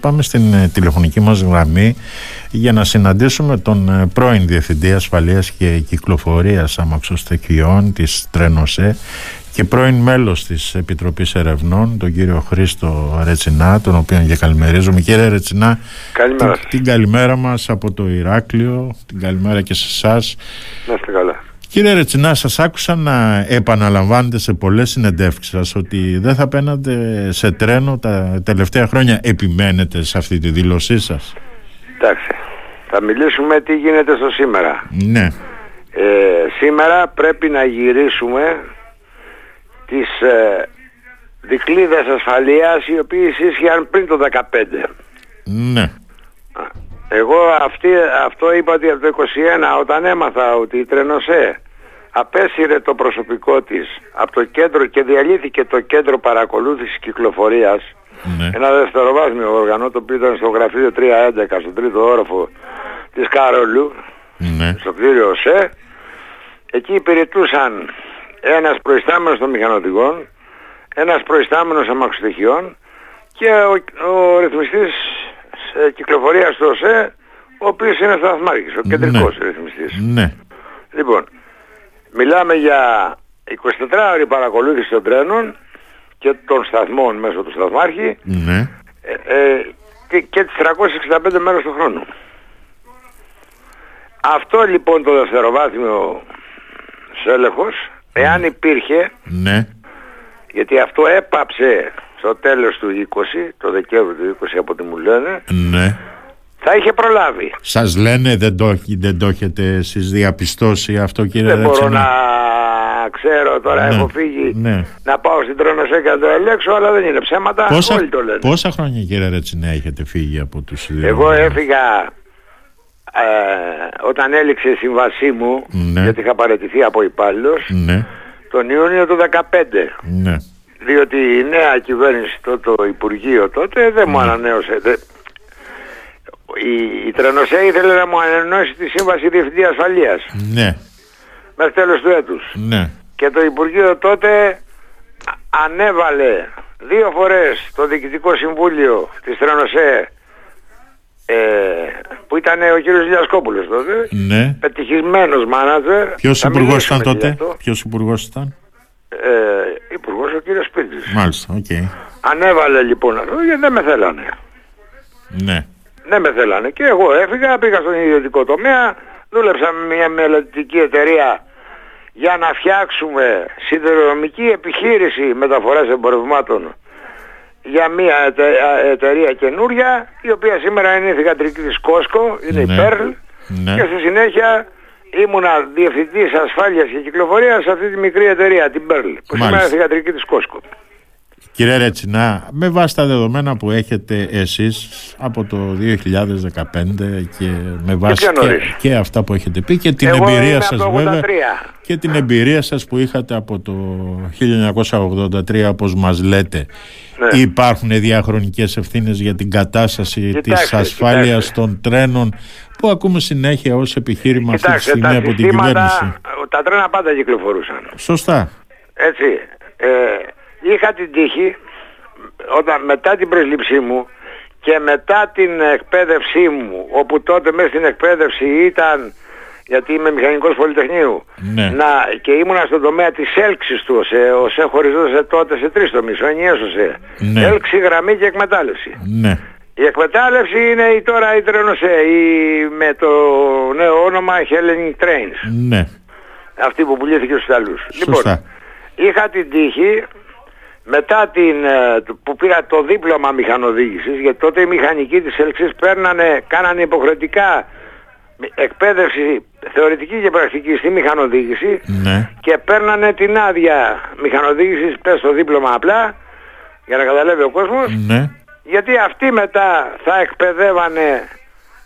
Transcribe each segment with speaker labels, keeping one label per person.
Speaker 1: Πάμε στην ε, τηλεφωνική μας γραμμή για να συναντήσουμε τον ε, πρώην Διευθυντή Ασφαλείας και Κυκλοφορίας Αμαξοστοιχειών της Τρένοσε και πρώην μέλος της Επιτροπής Ερευνών, τον κύριο Χρήστο Ρετσινά, τον οποίο και καλημερίζουμε. Κύριε Ρετσινά,
Speaker 2: Καλημέρα
Speaker 1: την, την καλημέρα μας από το Ηράκλειο, την καλημέρα και σε εσάς.
Speaker 2: Να είστε καλά.
Speaker 1: Κύριε Ρετσινά, σας άκουσα να επαναλαμβάνετε σε πολλές συνεντεύξεις σας ότι δεν θα παίρνατε σε τρένο τα τελευταία χρόνια. Επιμένετε σε αυτή τη δήλωσή σας.
Speaker 2: Εντάξει. Θα μιλήσουμε τι γίνεται στο σήμερα.
Speaker 1: Ναι.
Speaker 2: Ε, σήμερα πρέπει να γυρίσουμε τις ε, δικλείδες ασφαλείας οι οποίες ίσχυαν πριν το 2015.
Speaker 1: Ναι.
Speaker 2: Εγώ αυτή, αυτό είπα ότι από το 21 όταν έμαθα ότι η Τρενοσέ απέσυρε το προσωπικό της από το κέντρο και διαλύθηκε το κέντρο παρακολούθησης κυκλοφορίας
Speaker 1: Ναι.
Speaker 2: ένα δευτεροβάσμιο όργανο το οποίο ήταν στο γραφείο 311 στον τρίτο όροφο της Καρολού
Speaker 1: Ναι.
Speaker 2: στο κτίριο ΣΕ εκεί υπηρετούσαν ένας προϊστάμενος των μηχανοδηγών ένας προϊστάμενος αμαξοστοιχειών και ο, ο ρυθμιστής ε, κυκλοφορίας του ΣΕ ο οποίος είναι σταθμάρχης, ο κεντρικός
Speaker 1: Ναι.
Speaker 2: ρυθμιστής
Speaker 1: Ναι.
Speaker 2: Λοιπόν, μιλάμε για 24 ώρη παρακολούθηση των τρένων και των σταθμών μέσω του σταθμάρχη
Speaker 1: Ναι.
Speaker 2: ε, ε, και, και τις 365 μέρες του χρόνου. Αυτό λοιπόν το δευτεροβάθμιο σέλεχος, εάν υπήρχε,
Speaker 1: Ναι.
Speaker 2: γιατί αυτό έπαψε στο τέλος του 20, το Δεκέμβριο του 20 από ό,τι μου λένε,
Speaker 1: Ναι.
Speaker 2: θα είχε προλάβει.
Speaker 1: Σας λένε δεν το, έχ- δεν το έχετε εσείς διαπιστώσει αυτό κύριε
Speaker 2: Δεν μπορώ
Speaker 1: Ρετσινά.
Speaker 2: να ξέρω τώρα,
Speaker 1: Ναι,
Speaker 2: έχω φύγει
Speaker 1: ναι.
Speaker 2: να πάω στην Τρόνοσέ και να το ελέγξω, αλλά δεν είναι ψέματα, όλοι
Speaker 1: Πόσα,
Speaker 2: το λένε.
Speaker 1: πόσα χρόνια κύριε Ρετσινά έχετε φύγει από τους δύο.
Speaker 2: Εγώ έφυγα ε, όταν έληξε η συμβασή μου,
Speaker 1: Ναι.
Speaker 2: γιατί είχα παραιτηθεί από υπάλληλος,
Speaker 1: Ναι.
Speaker 2: τον Ιούνιο του 2015.
Speaker 1: Ναι.
Speaker 2: Διότι η νέα κυβέρνηση, το, το Υπουργείο τότε, δεν μου ανανέωσε. δεν- Η, η Τρανοσέ ήθελε να μου ανανεώσει τη σύμβαση διευθυντή ασφαλείας
Speaker 1: Ναι.
Speaker 2: μέχρι τέλος του έτους.
Speaker 1: Ναι.
Speaker 2: Και το Υπουργείο τότε ανέβαλε δύο φορές το Διοικητικό Συμβούλιο της Τρανοσέ ε, που ήταν ο κύριος Λιασκόπουλος τότε,
Speaker 1: Ναι.
Speaker 2: πετυχισμένος μάνατζερ.
Speaker 1: Ποιος
Speaker 2: Θα
Speaker 1: υπουργός
Speaker 2: μιλήσουμε
Speaker 1: ήταν
Speaker 2: και
Speaker 1: τότε.
Speaker 2: γι' αυτό.
Speaker 1: Ποιος υπουργός ήταν.
Speaker 2: Ε, υπουργός ο κύριος Σπίτης.
Speaker 1: Μάλιστα. Οκ.
Speaker 2: Ανέβαλε λοιπόν αυτό γιατί δεν με θέλανε.
Speaker 1: Ναι.
Speaker 2: Δεν με θέλανε. Και εγώ έφυγα, πήγα στον ιδιωτικό τομέα, δούλεψα με μια μελλοντική εταιρεία για να φτιάξουμε σιδηροδρομική επιχείρηση μεταφοράς εμπορευμάτων για μια ετε- α, εταιρεία καινούρια, η οποία σήμερα είναι η θηγατρική της Κόσκο, είναι
Speaker 1: Ναι.
Speaker 2: η Pearl,
Speaker 1: Ναι.
Speaker 2: και στη συνέχεια ήμουνα διευθυντής ασφάλειας και κυκλοφορίας σε αυτή τη μικρή εταιρεία, την Pearl, που σήμερα είναι
Speaker 1: Μάλιστα.
Speaker 2: η θηγατρική της Κόσκο.
Speaker 1: Κύριε Ρετσινά, με βάση τα δεδομένα που έχετε εσείς από το 2015 και με βάση
Speaker 2: πιο νωρίς.
Speaker 1: και αυτά που έχετε πει και την
Speaker 2: Εγώ
Speaker 1: εμπειρία
Speaker 2: είμαι
Speaker 1: σας
Speaker 2: από
Speaker 1: βέβαια
Speaker 2: 83.
Speaker 1: και την εμπειρία σας που είχατε από το 1983 όπως μας λέτε
Speaker 2: Ναι.
Speaker 1: υπάρχουν διαχρονικές ευθύνες για την κατάσταση της
Speaker 2: Κοιτάξτε,
Speaker 1: ασφάλειας
Speaker 2: κοιτάξτε.
Speaker 1: των τρένων που ακούμε συνέχεια ως επιχείρημα αυτή τη
Speaker 2: Κοιτάξτε,
Speaker 1: στιγμή
Speaker 2: τα
Speaker 1: από την κυβέρνηση.
Speaker 2: συστήματα, τα τρένα πάντα κυκλοφορούσαν.
Speaker 1: Σωστά.
Speaker 2: Έτσι. Ε, είχα την τύχη όταν, μετά την προσλήψή μου και μετά την εκπαίδευσή μου, όπου τότε μέσα στην εκπαίδευση ήταν, γιατί είμαι μηχανικός πολυτεχνείου,
Speaker 1: Ναι.
Speaker 2: να, και ήμουνα στον τομέα της έλξης του ΟΣΕ, ο ΟΣΕ χωριζόταν τότε σε τρεις τομείς, ο ενιαίος ΟΣΕ.
Speaker 1: Ναι.
Speaker 2: Έλξη, γραμμή και εκμετάλλευση.
Speaker 1: Ναι.
Speaker 2: Η εκμετάλλευση είναι η, τώρα η Τρενοσέ, η, με το νέο όνομα Hellenic Trains,
Speaker 1: Ναι.
Speaker 2: αυτή που πουλήθηκε στους Ιταλούς. Λοιπόν,
Speaker 1: Σωστά.
Speaker 2: Είχα την τύχη μετά την, ε, του- που πήρα το δίπλωμα μηχανοδήγησης γιατί τότε οι μηχανικοί της Ελξής παίρνανε, κάνανε υποχρεωτικά εκπαίδευση θεωρητική και πρακτική στη μηχανοδήγηση
Speaker 1: Ναι.
Speaker 2: και παίρνανε την άδεια μηχανοδήγησης πες το δίπλωμα απλά για να καταλάβει ο κόσμος
Speaker 1: Ναι.
Speaker 2: γιατί αυτοί μετά θα εκπαιδεύανε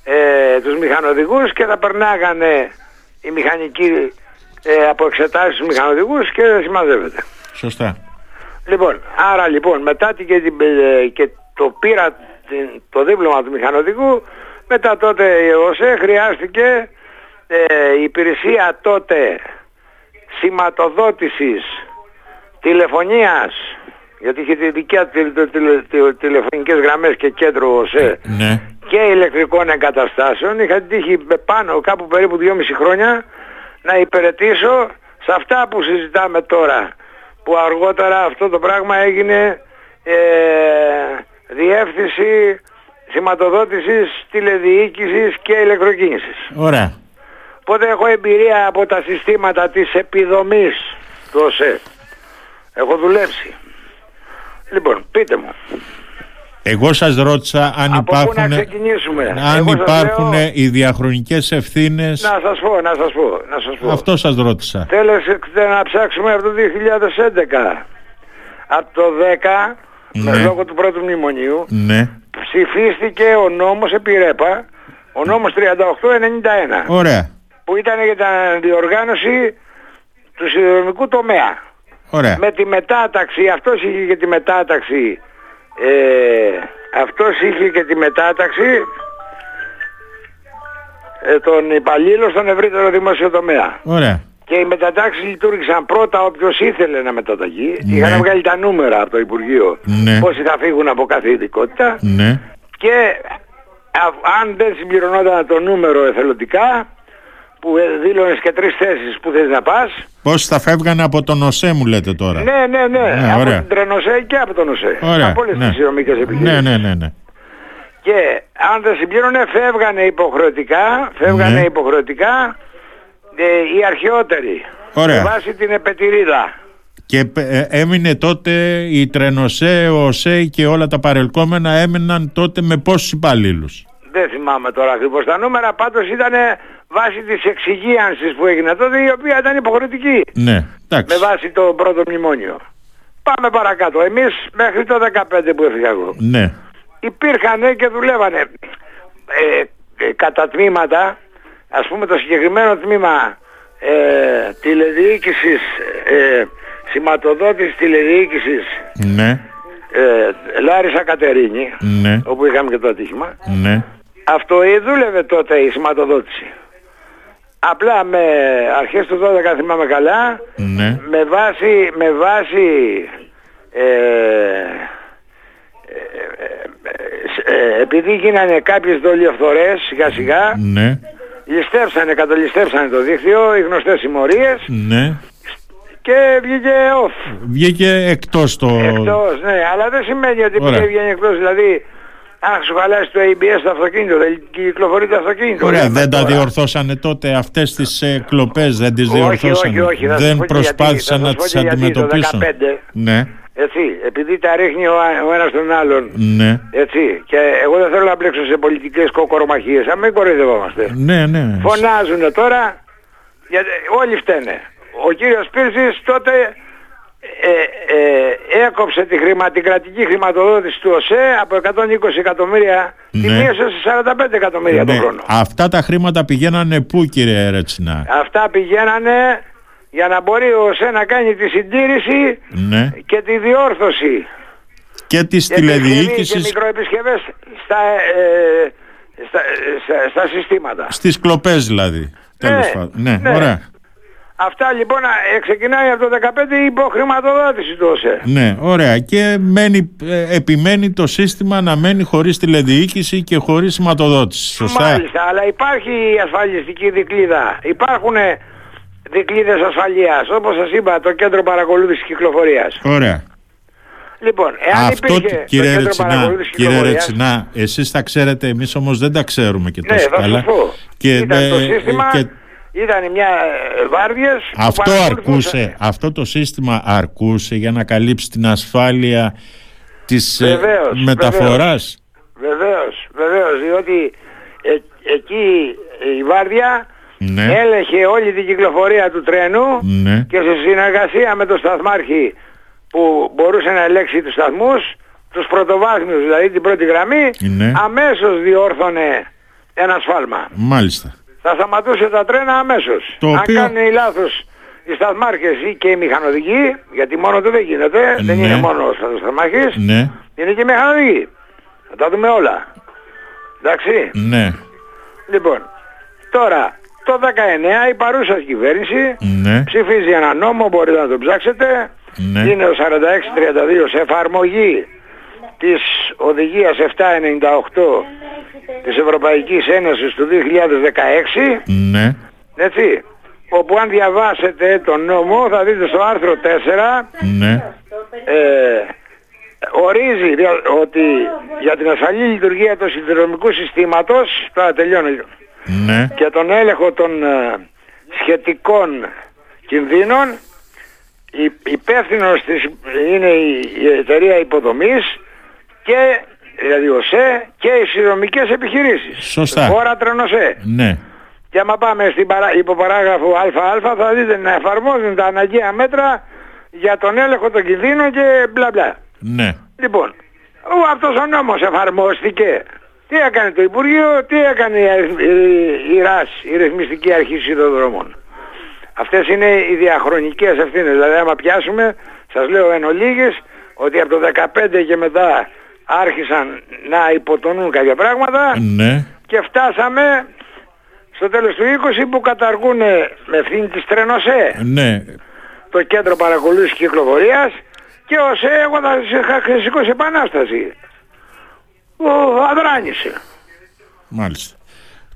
Speaker 2: ε, τους μηχανοδηγούς και θα περνάγανε οι μηχανικοί ε, από εξετάσεις στους μηχανοδηγούς και δεν συμμαζεύεται.
Speaker 1: Σωστά.
Speaker 2: Λοιπόν, άρα λοιπόν μετά την, και, την, ε, και το πήρα την- το δίπλωμα του μηχανοδηγού μετά τότε η ΟΣΕ χρειάστηκε ε, η υπηρεσία τότε σηματοδότησης τηλεφωνίας γιατί είχε τη δικιά του τηλε, τηλε, τηλε, τηλεφωνικές γραμμές και κέντρο ΟΣΕ
Speaker 1: Ναι.
Speaker 2: και ηλεκτρικών εγκαταστάσεων είχα την τύχη πάνω κάπου περίπου 2,5 χρόνια να υπηρετήσω σε αυτά που συζητάμε τώρα που αργότερα αυτό το πράγμα έγινε ε, διεύθυνση σηματοδότησης τηλεδιοίκησης και ηλεκτροκίνησης.
Speaker 1: Ωραία.
Speaker 2: Οπότε έχω εμπειρία από τα συστήματα της επιδομής του ΟΣΕ. Έχω δουλέψει. Λοιπόν, πείτε μου.
Speaker 1: Εγώ σας ρώτησα αν
Speaker 2: Από πού να
Speaker 1: υπάρχουν,
Speaker 2: ξεκινήσουμε.
Speaker 1: αν
Speaker 2: Εγώ σας
Speaker 1: υπάρχουν
Speaker 2: λέω-
Speaker 1: οι διαχρονικές ευθύνες.
Speaker 2: Να σας πω, να σας πω, να σας πω.
Speaker 1: Αυτό σας ρώτησα.
Speaker 2: Θέλετε να ψάξουμε από το 2011. Από το 10,
Speaker 1: Ναι.
Speaker 2: με λόγω του πρώτου μνημονίου,
Speaker 1: Ναι.
Speaker 2: ψηφίστηκε ο νόμος επί ΡΕΠΑ, ο νόμος 3891,
Speaker 1: Ωραία.
Speaker 2: που ήταν για την διοργάνωση του συνδρομικού τομέα.
Speaker 1: Ωραία.
Speaker 2: Με τη μετάταξη, αυτός είχε και τη μετάταξη, ε, αυτός είχε και τη μετάταξη ε, των υπαλλήλων στον ευρύτερο δημόσιο τομέα.
Speaker 1: Ωραία.
Speaker 2: Και οι μετατάξεις λειτουργήσαν πρώτα όποιος ήθελε να μεταταγεί.
Speaker 1: Ναι.
Speaker 2: Είχαν βγάλει τα νούμερα από το Υπουργείο.
Speaker 1: Ναι.
Speaker 2: Πόσοι θα φύγουν από κάθε ειδικότητα.
Speaker 1: Ναι.
Speaker 2: Και α- αν δεν συμπληρωνόταν το νούμερο εθελοντικά, που ε, δήλωνες και τρεις θέσεις που θες να πας.
Speaker 1: Πώς θα φεύγανε από τον ΟΣΕ μου λέτε τώρα.
Speaker 2: Ναι, ναι, ναι.
Speaker 1: Ναι,
Speaker 2: από
Speaker 1: ωραία.
Speaker 2: την Τρενοσέ και από τον ΟΣΕ.
Speaker 1: Ωραία.
Speaker 2: Από όλες
Speaker 1: ναι.
Speaker 2: τις ηρωνικές επιχειρήσεις.
Speaker 1: ναι, ναι, ναι, ναι.
Speaker 2: Και αν δεν συμπλήρωνε φεύγανε υποχρεωτικά, φεύγανε
Speaker 1: Ναι.
Speaker 2: υποχρεωτικά ε, οι αρχαιότεροι.
Speaker 1: Ωραία.
Speaker 2: Με βάση την επετηρίδα.
Speaker 1: Και ε, έμεινε τότε η Τρενοσέ, ο ΟΣΕ και όλα τα παρελκόμενα έμειναν τότε με πόσους υπαλλήλους.
Speaker 2: Δεν θυμάμαι τώρα ακριβώς τα νούμερα, πάντως ήταν βάση της εξυγίανσης που έγινε τότε, η οποία ήταν υποχρεωτική
Speaker 1: Ναι, εντάξει.
Speaker 2: με βάση το πρώτο μνημόνιο. Πάμε παρακάτω. Εμείς μέχρι το 15 που έφυγα εγώ.
Speaker 1: Ναι,
Speaker 2: Υπήρχαν και δουλεύανε ε, ε, κατά τμήματα, ας πούμε το συγκεκριμένο τμήμα ε, τηλεδιοίκησης, ε, σηματοδότης τηλεδιοίκησης
Speaker 1: ναι,
Speaker 2: ε, Λάρισα Κατερίνη,
Speaker 1: ναι,
Speaker 2: όπου είχαμε και το ατύχημα,
Speaker 1: ναι.
Speaker 2: αυτό ή δούλευε τότε η σηματοδότηση. Απλά με αρχές του 12 αν θυμάμαι καλά,
Speaker 1: Ναι,
Speaker 2: με βάση, με βάση ε, ε, ε, ε, επειδή γίνανε κάποιες δολιοφθορές σιγά σιγά,
Speaker 1: ναι,
Speaker 2: ληστέψανε, κατολιστέψανε το δίκτυο, οι γνωστές συμμορίες
Speaker 1: ναι.
Speaker 2: και βγήκε off.
Speaker 1: Βγήκε εκτός το...
Speaker 2: Εκτός, ναι, αλλά δεν σημαίνει ότι
Speaker 1: Ωραία.
Speaker 2: πήγε βγαίνει εκτός, δηλαδή αν σου χαλάσει το ABS το αυτοκίνητο, δεν κυκλοφορεί το αυτοκίνητο.
Speaker 1: Ωραία,
Speaker 2: Λέμε
Speaker 1: δεν τα
Speaker 2: τώρα.
Speaker 1: διορθώσανε τότε αυτές τις ε, κλοπές, δεν τις
Speaker 2: Όχι,
Speaker 1: διορθώσανε.
Speaker 2: όχι, όχι, θα σας
Speaker 1: δεν
Speaker 2: πω και
Speaker 1: προσπάθησαν
Speaker 2: γιατί, θα
Speaker 1: να τις
Speaker 2: σας πω και γιατί, το
Speaker 1: αντιμετωπίσουν.
Speaker 2: 15.
Speaker 1: Ναι,
Speaker 2: Έτσι, επειδή τα ρίχνει ο, ο ένας τον άλλον,
Speaker 1: ναι,
Speaker 2: έτσι, και εγώ δεν θέλω να μπλέξω σε πολιτικές κοκορομαχίες, αν μην κοροϊδευόμαστε.
Speaker 1: ναι, ναι.
Speaker 2: Φωνάζουν τώρα, γιατί όλοι φταίνε. Ο κύριος Πύρσης τότε ε, ε, έκοψε τη χρημα, την κρατική χρηματοδότηση του ΟΣΕ από 120 εκατομμύρια, τη
Speaker 1: Ναι.
Speaker 2: μείωσε σε 45 εκατομμύρια
Speaker 1: Ναι.
Speaker 2: τον χρόνο.
Speaker 1: Αυτά τα χρήματα πηγαίνανε πού κύριε Ρετσινά.
Speaker 2: Αυτά πηγαίνανε για να μπορεί ο ΟΣΕ να κάνει τη συντήρηση
Speaker 1: Ναι.
Speaker 2: και τη διόρθωση
Speaker 1: Και της
Speaker 2: και επισκευή και
Speaker 1: τηλεδιοίκησης
Speaker 2: μικροεπισκευές στα, ε, στα, στα, στα συστήματα.
Speaker 1: στις κλοπές δηλαδή. Τέλος πάντων. Ναι,
Speaker 2: ναι.
Speaker 1: ωραία.
Speaker 2: Αυτά λοιπόν ε, ξεκινάει από το 15 η υποχρηματοδότηση του ΟΣΕ.
Speaker 1: Ναι, ωραία. Και μένει, ε, επιμένει το σύστημα να μένει χωρίς τηλεδιοίκηση και χωρίς σηματοδότηση. Σωστά.
Speaker 2: Μάλιστα, αλλά υπάρχει η ασφαλιστική δικλίδα. Υπάρχουν ε, δικλίδες ασφαλείας, όπως σας είπα, το κέντρο παρακολούθησης κυκλοφορίας.
Speaker 1: Ωραία.
Speaker 2: Λοιπόν, εάν
Speaker 1: Αυτό
Speaker 2: υπήρχε το
Speaker 1: κύριε
Speaker 2: κέντρο
Speaker 1: Ρετσινά,
Speaker 2: παρακολούθησης
Speaker 1: κύριε
Speaker 2: κυκλοφορίας,
Speaker 1: Ρετσινά, εσείς τα ξέρετε, εμείς όμως δεν τα ξέρουμε και
Speaker 2: ναι,
Speaker 1: τόσο
Speaker 2: θα
Speaker 1: καλά.
Speaker 2: σας πω.
Speaker 1: Και,
Speaker 2: ήταν το
Speaker 1: ε,
Speaker 2: σύστημα,
Speaker 1: και
Speaker 2: ήταν μια ε, βάρδιες που
Speaker 1: αυτό
Speaker 2: παρακολουθούσαν.
Speaker 1: αρκούσε, αυτό το σύστημα αρκούσε για να καλύψει την ασφάλεια της ε,
Speaker 2: Βεβαίως,
Speaker 1: μεταφοράς.
Speaker 2: Βεβαίως, βεβαίως, διότι ε, εκεί η βάρδια
Speaker 1: Ναι,
Speaker 2: έλεγχε όλη την κυκλοφορία του τρένου
Speaker 1: ναι,
Speaker 2: και σε συνεργασία με τον σταθμάρχη που μπορούσε να ελέγξει τους σταθμούς, τους πρωτοβάθμιους, δηλαδή την πρώτη γραμμή,
Speaker 1: Ναι.
Speaker 2: αμέσως διόρθωνε ένα σφάλμα.
Speaker 1: μάλιστα.
Speaker 2: Θα σταματούσε τα τρένα αμέσως.
Speaker 1: Το
Speaker 2: Αν
Speaker 1: οποίο-
Speaker 2: κάνουν λάθος οι σταθμάρχες ή και οι μηχανοδικοί, γιατί μόνο του δεν γίνεται, δεν
Speaker 1: Ναι.
Speaker 2: είναι μόνο ο στα- σταθμάρχης,
Speaker 1: Ναι,
Speaker 2: είναι και οι μηχανοδικοί. Θα τα δούμε όλα. Εντάξει.
Speaker 1: ναι,
Speaker 2: Λοιπόν, τώρα, το 19 η παρούσα κυβέρνηση
Speaker 1: ναι,
Speaker 2: ψηφίζει ένα νόμο, μπορείτε να τον ψάξετε,
Speaker 1: Ναι.
Speaker 2: είναι ο 4632 σε εφαρμογή της οδηγίας 798 της Ευρωπαϊκής Ένωσης του 2016
Speaker 1: Ναι.
Speaker 2: έτσι όπου αν διαβάσετε τον νόμο θα δείτε στο άρθρο 4
Speaker 1: Ναι.
Speaker 2: ε, ορίζει δια- ότι για την ασφαλή λειτουργία του συνδρομικού συστήματος τώρα τελειώνω
Speaker 1: Ναι.
Speaker 2: και τον έλεγχο των ε, σχετικών κινδύνων η- υπεύθυνος της είναι η, η εταιρεία υποδομής και δηλαδή ο ΣΕ και οι συνδρομικές επιχειρήσεις.
Speaker 1: Σωστά.
Speaker 2: Χώρα τρενοσέ.
Speaker 1: Ναι.
Speaker 2: Και άμα πάμε στην παρά, υποπαράγραφο ΑΑ θα δείτε να εφαρμόζουν τα αναγκαία μέτρα για τον έλεγχο των κινδύνων και μπλα μπλα.
Speaker 1: Ναι.
Speaker 2: Λοιπόν, ο, αυτός ο νόμος εφαρμόστηκε. Τι έκανε το Υπουργείο, τι έκανε η, αριθμ- η, η ΡΑΣ, η Ρυθμιστική Αρχή Σιδηροδρόμων. Αυτές είναι οι διαχρονικές ευθύνες. Δηλαδή άμα πιάσουμε, σας λέω εν ολίγης, ότι από το 15 και μετά άρχισαν να υποτονούν κάποια πράγματα
Speaker 1: Ναι.
Speaker 2: και φτάσαμε στο τέλος του 20 που καταργούν με ευθύνη της ε. Τρένοσέ
Speaker 1: Ναι.
Speaker 2: το κέντρο παρακολούθησης κυκλοφορίας και ο ΣΕ εγώ θα σε είχα σηκώσει επανάσταση. Ο αδράνησε.
Speaker 1: Μάλιστα.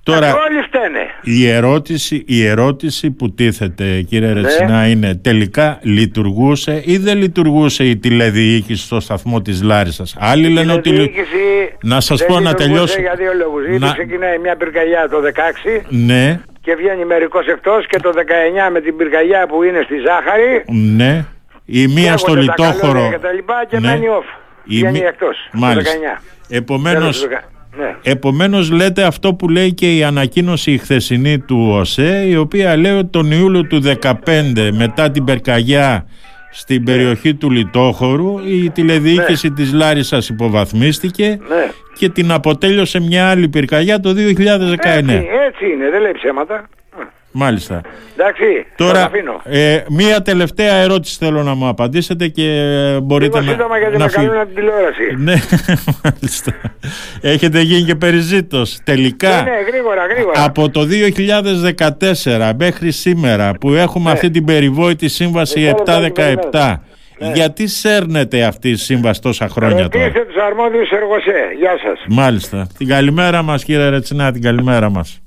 Speaker 1: Τώρα
Speaker 2: Όλοι φταίνε.
Speaker 1: η ερώτηση, η ερώτηση που τίθεται κύριε
Speaker 2: Ναι.
Speaker 1: Ρετσινά είναι τελικά λειτουργούσε ή δεν λειτουργούσε η τηλεδιοίκηση στο σταθμό της Λάρισας. Άλλοι λένε ότι... λει-
Speaker 2: διοίκηση
Speaker 1: Να σας
Speaker 2: δεν
Speaker 1: πω να
Speaker 2: λειτουργούσε
Speaker 1: τελειώσω.
Speaker 2: Για δύο λόγους. Ήδη
Speaker 1: Να-
Speaker 2: ξεκινάει μια πυρκαγιά το 16
Speaker 1: Ναι,
Speaker 2: και βγαίνει μερικός εκτός και το 19 με την πυρκαγιά που είναι στη Ζάχαρη
Speaker 1: ναι. Η μία στο
Speaker 2: καίγονται τα
Speaker 1: λιτόχωρο...
Speaker 2: καλώδια Και, τα λοιπά και
Speaker 1: Ναι.
Speaker 2: μένει off.
Speaker 1: Η
Speaker 2: Βγαίνει
Speaker 1: μη-
Speaker 2: εκτός
Speaker 1: Μάλιστα.
Speaker 2: το 19.
Speaker 1: Επομένως,
Speaker 2: Τέλος του δεκα- ναι.
Speaker 1: Επομένως λέτε αυτό που λέει και η ανακοίνωση η χθεσινή του ΟΣΕ η οποία λέει ότι τον Ιούλιο του 15 μετά την Περκαγιά στην περιοχή του Λιτόχωρου η τηλεδιοίκηση της Λάρισας υποβαθμίστηκε
Speaker 2: Ναι.
Speaker 1: και την αποτέλειωσε μια άλλη πυρκαγιά το 2019.
Speaker 2: Έτσι, έτσι είναι, δεν λέει ψέματα.
Speaker 1: Μάλιστα.
Speaker 2: Εντάξει, τον
Speaker 1: Τώρα,
Speaker 2: αφήνω.
Speaker 1: ε, μία τελευταία ερώτηση θέλω να μου απαντήσετε και ε, μπορείτε
Speaker 2: Λίγο
Speaker 1: να,
Speaker 2: σύντομα γιατί
Speaker 1: να
Speaker 2: με
Speaker 1: φύγετε.
Speaker 2: καλούν από την τηλεόραση.
Speaker 1: Ναι, μάλιστα. Έχετε γίνει και περιζήτως. Τελικά,
Speaker 2: Ναι, ναι, γρήγορα, γρήγορα.
Speaker 1: από το 2014 μέχρι σήμερα που έχουμε αυτή την περιβόητη σύμβαση
Speaker 2: Μισό λεπτό, περιμένω.
Speaker 1: 717, γιατί σέρνεται αυτή η σύμβαση τόσα χρόνια τώρα.
Speaker 2: Ρωτήστε τους αρμόδιους εργοσέ. Γεια σας.
Speaker 1: Μάλιστα. Την καλημέρα μας κύριε Ρετσινά, την καλημέρα μας.